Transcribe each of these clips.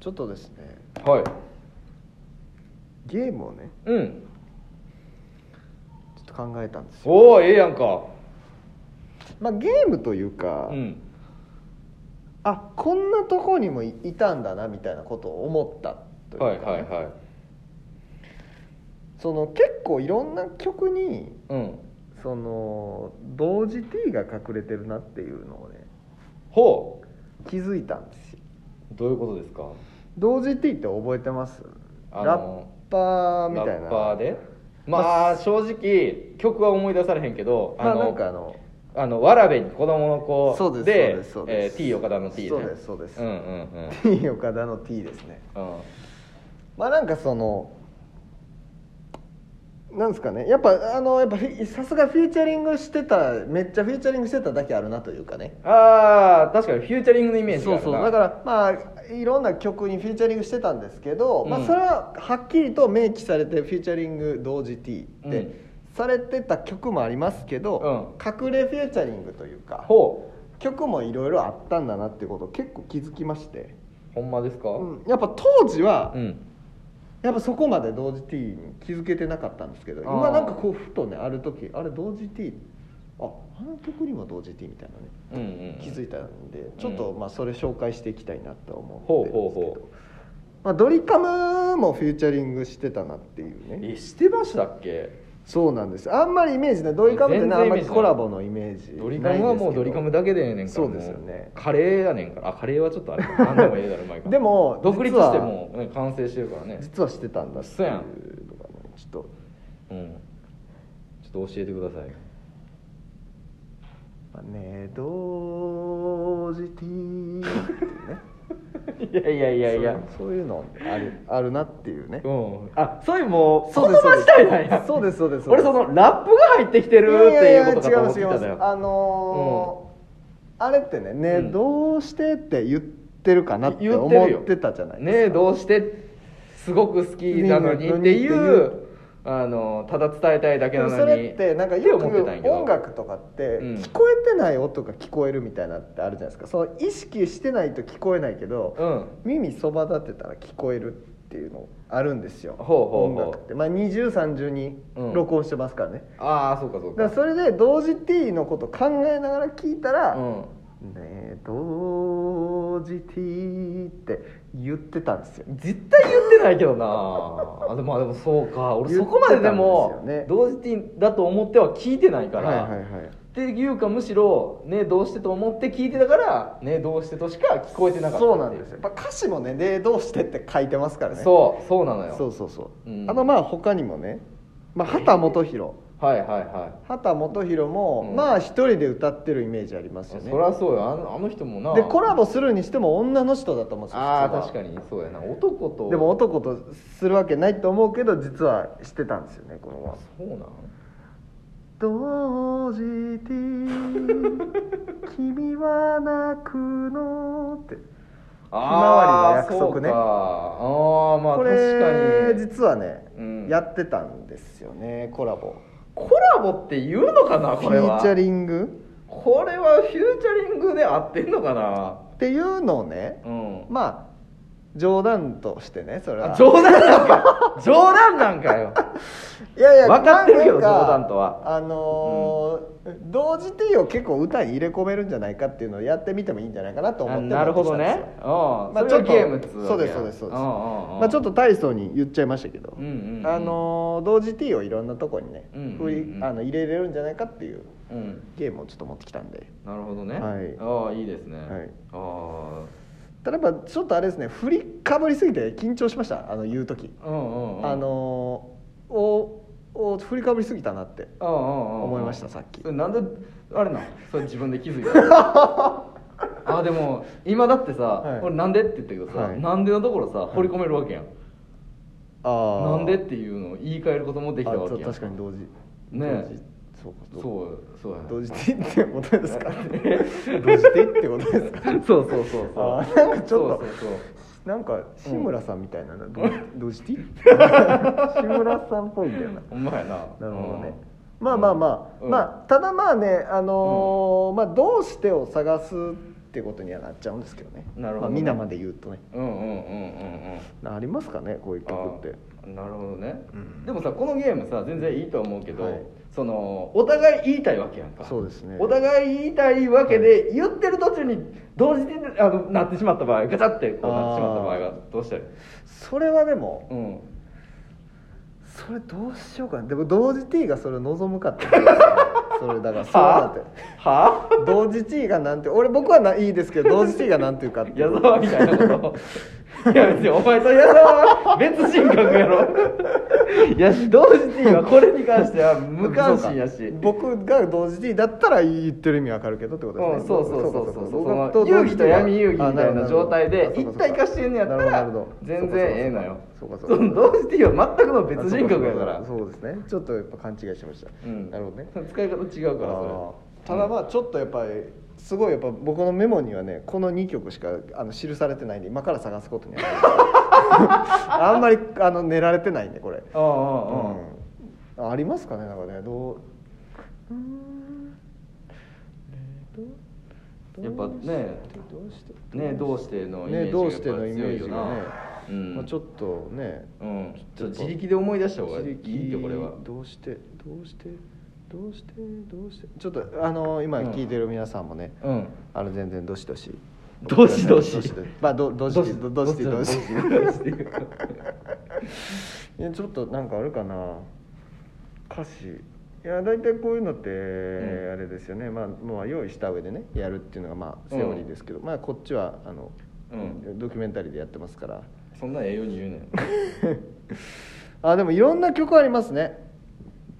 ちょっとですねはいゲームをねうんちょっと考えたんですよおおええやんかまあゲームというか、うんあこんなとこにもいいたんだなみたいなことを思ったというかはいね、はいはいその結構いろんな曲にうんその同時 T が隠れてるなっていうのをねほ気づいたんですようどういうことですか同時 T って覚えてますあのラッパーみたいなラッパーでまあ正直曲は思い出されへんけどまあのなんかあのあのわらべに子供の子そうですそうですそうですえー T 岡田の T ねそうですそうですうんうんうん T 岡田の T ですねうんまあなんかそのなんですかねやっぱあのやっぱフィさすがフィーチャリングしてためっちゃフィーチャリングしてただけあるなというかねああ確かにフューチャリングのイメージがそあうそるなうだからまあいろんな曲にフィーチャリングしてたんですけど、まうあ、んそれははっきりと明記されてフィーチャリング同時 T っうてんされてた曲もありますけど、隠れフィーチャリングというかほ曲もいろいろあったんだなっていうことを結構気づきまして、うほんまですかうん、うんやっぱ当時は、やっぱそこまで同時 T に気づけてなかったんですけどあー今なんかこうふとねある時あれ同時 T ああの曲にも同時 T みたいなねうんうん気づいたんで、んちょっとまあそれ紹介していきたいなとほ思うってるんでほすけうど、ほうまあ、ドリカムもフューチャリングしてたなっていうねえしてましたっけそうなんですあんまりイメージねドリカムってねあん全然イまメージないりコラボのイメージドリカムはもうドリカムだけでええねんからそうですよねもうカレーやねんからあカレーはちょっとあれ何 でもええだろうまいからでも独立してもう、ね、完成してるからね実はしてたんだっていうそうのやがんねちょっとうんちょっと教えてくださいまあね同時 T っていうね いやいやいやいやそういうのあるあるなっていうねうんあそういうもうそ言うです葉自体なんやそうですそうですそうで俺すそのラップが入ってきてるっていうことかと思っていやいやいや違います違いただよますあのーあれってねね、うんどうしてって言ってるかなって言っ思てるよってたじゃないですかねえどうしてすごく好きなのにってねえねえいねえっていうあのただ伝えたいだけでなものにそれってなんかよくって思ってたんやけど音楽とかってうん聞こえてない音が聞こえるみたいなってあるじゃないですかその意識してないと聞こえないけど、うん耳そば立てたら聞こえるっていうのあるんですよほうほうほう音楽ってまあ2030にうん録音してますからね、ああそうかそだうかからそれで同時 T のこと考えながら聞いたら、うんねえ同時 T って言ってたんですよ絶対言ってないけどなあでもまあでもそうか俺そこまででも言ってたんです同時にだと思っては聞いてないから、はいはいはいっていうかむしろねどうしてと思って聞いてたからねどうしてとしか聞こえてなかったっていそうなんですよやっぱ歌詞もね「ねえどうして」って書いてますからねそうそうなのよそうそうそううんあのまあ他にもね、まあ、畑基博はいはいは畑基博も、うんまあ一人で歌ってるイメージありますい、よねそりゃそうよあのあの人もなでコラボするにしても女の人だと思うんですよああ普通は確かにそうやな男とでも男とするわけないと思うけど実はしてたんですよねこのままそうなん同時 T 君は泣くのってあーひまわりの約束ねそうかああまあこ確れかに実はね、うんやってたんですよねコラボコラボって言うのかなフこれィはーチャリングこれはフューチャリングで合ってんのかなっていうのをねうんまあ冗談としてねそれはあ冗談なんか冗談なんかよいやいや分かってるけどなんか冗談とはあのー同時 T を結構歌に入れ込めるんじゃないかっていうのをやってみてもいいんじゃないかなと思あってなるほどねうんまあそれちょっがとゲームっつうわけそうですやそうですそうですんうんうんまあ、ちょっと大層に言っちゃいましたけど、うんうんうんあの同時 T をいろんなとこにね、うんうんうん振りあの入れれるんじゃないかっていううんゲームをちょっと持ってきたんでなるほどね、はいああいいですね、はいあただやっぱちょっとあれですね振りかぶりすぎて緊張しましたあの言う時、あうんうんうんあのーおお振りかぶりすぎたなってうんうんうんうん思いましたさっきそれなんであれなんそれ自分で気づ いたあでも今だってさ、はい俺なんでって言ったけどさ、はいなんでのところさ掘り込めるわけやん、あーなんでっていうのを言い換えることもできたわあちけょやん確かに同時ねえ同時そうかそううそうや同時 T ってことですか え同時 T ってことですか そうそうそうそうあーなんかちょっとそうそうそうなんか志村さんみたいな の、どうどうして 志村さんっぽいんだよなほんまやなななるほどね、まあまあまあ、うんまあただまあねあのーまあどうしてを探すっていうことにはなっちゃうんですけどねなるほまどねあ、皆まで言うとねうんうんうんうんうんありますかねこういう曲ってあーなるほどね、うんでもさこのゲームさ全然いいとは思うけど、はいそのお互い言いたいわけやんかそうですねお互い言いたいわけで、言ってる途中に同時にあのなってしまった場合ガチャってこうなってしまった場合はどうしたらいいそれはでもうんそれどうしようかなでも同時 T がそれを望むかってことです ねそれだからそうだってあはあ同時 T がなんて俺僕はないいですけど同時 T がなんていうかっていう矢沢みたいなこといや別にお前と矢沢は別人格やろいやし同時 T はこれに関しては無関心やしそうか僕が同時 T だったら言ってる意味わかるけどってことですうねん、そうそうそうそうそう僕がその同時遊 T 戯と闇遊戯みたいあなるほど状態あでそう一かそうか体化してんのやったなるらほどなるほ全ど然ええのよそうかそうかその同時 T は全くの別人格やからあそうそうそうそうですねちょっとやっぱ勘違いしてました、うんなるほどね使い方違うからそあーただまあちょっとやっぱりすごいやっぱ僕のメモにはねこの2曲しかあの記されてないんで今から探すことには あんまりあの寝られてないんでこれ、れああああうん、ありますかねなんかねどううーんえーどやっぱねどうしてあねどうしてのイメーねジどうしてのイメージやがっねぱ強いよなうんまあ、ちょっとねうんちょっと自力で思い出した方がいいよこれはどうしてどうしてどうしてどうしてちょっとあの今うん聞いてる皆さんもね、うんあの全然どしどしどしどしまあどどしどどしどしどしいやちょっとなんかあるかな歌詞いや大体こういうのってんあれですよね、まあもう用意した上でねやるっていうのがまあセオリーですけど、まあこっちはあの、うんドキュメンタリーでやってますからそんな栄養に言うねんあでもいろんな曲ありますね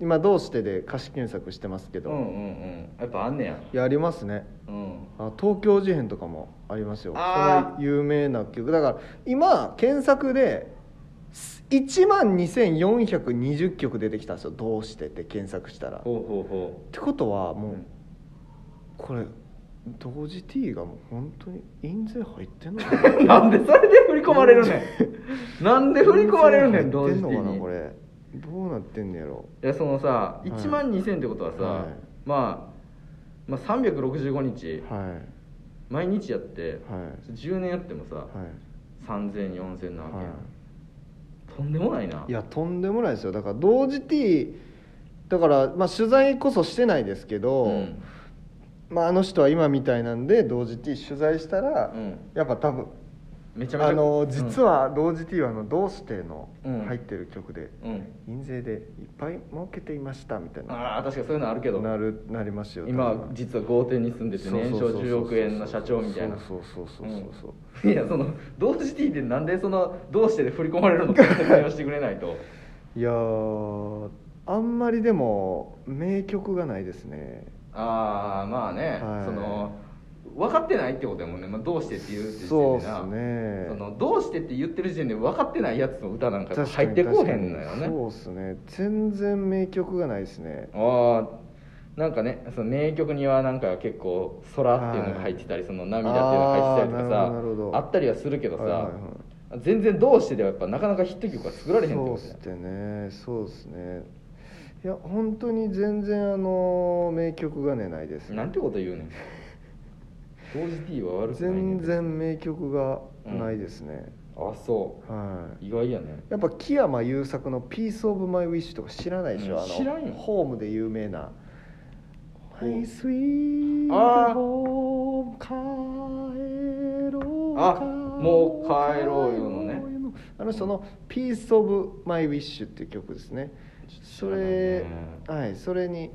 今「どうして」で歌詞検索してますけうど、んうんうんやっぱあんねやいやありますねうんあ東京事変とかもありますよあーそれ有名な曲だから今検索で1万2420曲出てきたんですよ「どうして」って検索したらっほうほうほてことはうもう、うんこれ同時 T がもう本当に印税入ってんのなんでそれで振り込まれるね んなんで振り込まれるねん同時期入ってんのかになこれどうなってんのやろいやそのさい1万2000ってことはさ、はいまあ、まあ365日はい毎日やって、はい10年やってもさ、はい30004000なわけやん、はとんでもないないやとんでもないですよだから同時 T だから、まあ、取材こそしてないですけど、うんまあ、あの人は今みたいなんで同時 T 取材したら、うんやっぱ多分めちゃめちゃあの実は、は同時 T はあの「どうして」のうん入ってる曲で、うんうん印税でいっぱい儲けていましたみたいなああ確かにそういうのあるけどなるなりますよ今実は豪邸に住んでて年商10億円の社長みたいなそうそうそうそうそうそう、うんいやその同時 T でなんでそのどうしてで振り込まれるのか説明をしてくれないといやーあんまりでも名曲がないですねああまあね、はいその分かってないってことやもんね、まあ、どうしてって言うって時そうっ点ですなねそのどうしてって言ってる時点で分かってないやつの歌なんか確か入にってこうへんのよ確かにねそうですね全然名曲がないですねああなんかねその名曲にはなんか結構「空」っていうのが入ってたり、その「涙」っていうのが入ってたあーなりとるほどなるほかどさあったりはするけどさ、はいはいはい全然「どうして」ではやっぱなかなかヒット曲が作られへんってそうこっとすやねそうですねいや本当に全然あの名曲がねないですねなんてこと言うねん同時 T は悪くないね全然名曲がないですね、あそうはい意外やねやっぱ木山優作の「ピース・オブ・マイ・ウィッシュ」とか知らないでしょ、うんあの知らんよホームで有名な「ほう My Sweet あー Home 帰ろうあもう帰ろうよのね帰ろうよのあの人の「ピース・オブ・マイ・ウィッシュ」っていう曲ですね知そらないれねはいそれに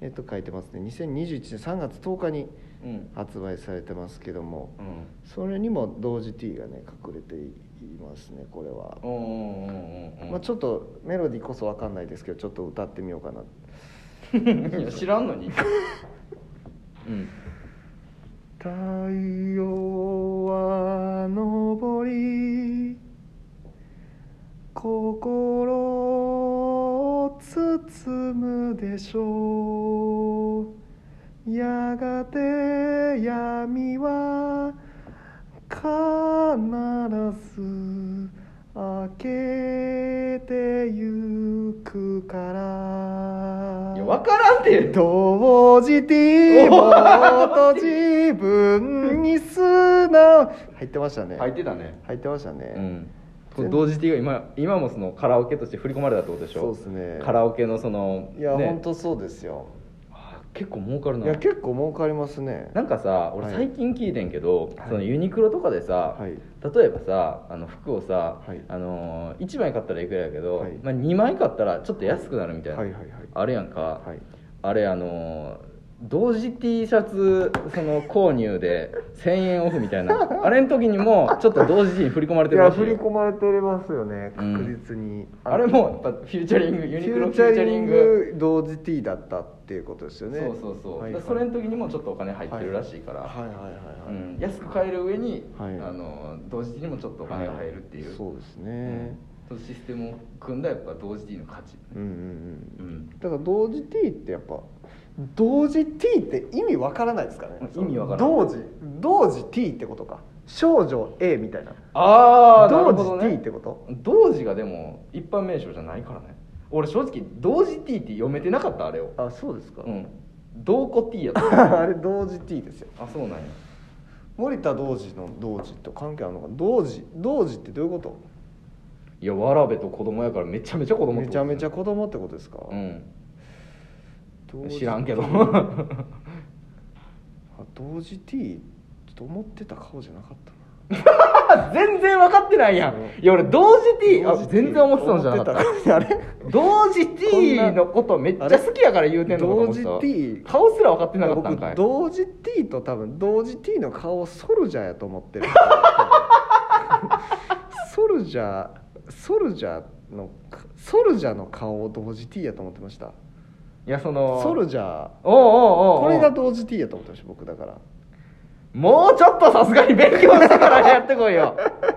えっと書いてますね2021年3月10日にうん発売されてますけども、うんそれにも同時 T がね隠れていますねこれは、うんうんうんうんまあ、ちょっとメロディーこそわかんないですけどちょっと歌ってみようかな いや知らんのにうん太陽は昇り心を包むでしょうやがて闇は必ず明けてゆくからいや 分からんって同時 T もっと自分ミスな入ってましたね入ってたね入ってましたね、うんこれ同時っていうか今今もそのカラオケとして振り込まれたってことでしょそうですねカラオケのそのいや、ね本当そうですよあ結構儲かるいなや結構儲かりますねなんかさは俺い最近聞いてんけはど、いそのユニクロとかでさ、はい例えばさあの服をさ、はいあのー1枚買ったらいくらやけど、はいまあ、2枚買ったらちょっと安くなるみたいな、はいはいはいあれやんか、はいあれあのー同時 T シャツその購入で1000円オフみた いなあれの時にもちょっと同時に振り込まれているらやしいよ振り込まれてますよねうん確実に、あれもやっぱフューチャリングユニクロフフューューチチャャリリンンググ同時 T だったっていうことですよねそうそうそう、はいはいだからそれの時にもちょっとお金入ってるらしいから、はいはいはいはい、うん、安く買える上に、はいあの同時にもちょっとお金が入るっていう、そうですうね、んシステムを組んだやっぱ同時にの価値、うん、うんううんん、だから同時 T ってやっぱ同時 T って意味わからないですかね意味わからない同時同時 T ってことか少女 A みたいなああな同る時ほど T っねてこと同時がでも一般名称じゃないからね俺正直同時 T って読めてなかったあれをあそうですか、うん同個 T やっ たあれ同時 T ですよあそうなんや森田同時の同時と関係あるのか同時同時ってどういうこといやわらべと子供やからめちゃめちゃ子供ってめこちとゃめちゃ子供ってことですか、うん同時知らんけ どあ同時 T と思ってた顔じゃなかったな全然分かってないやんうんいや俺同時 T あ同時 T 全然思ってたのじゃなか思っってたあれた同時 T のことめっちゃ好きや から言うてんのかと思ってた同時 T 顔すら分かってなかったんかい僕同時 T と多分同時 T の顔をソルジャーやと思ってるソルジャーソルジャーのソルジャーの顔を同時 T やと思ってましたいやそのソルジャーおうおうおうおうこれが同時 T やと思ってました僕だからもうちょっとさすがに勉強してからやってこいよ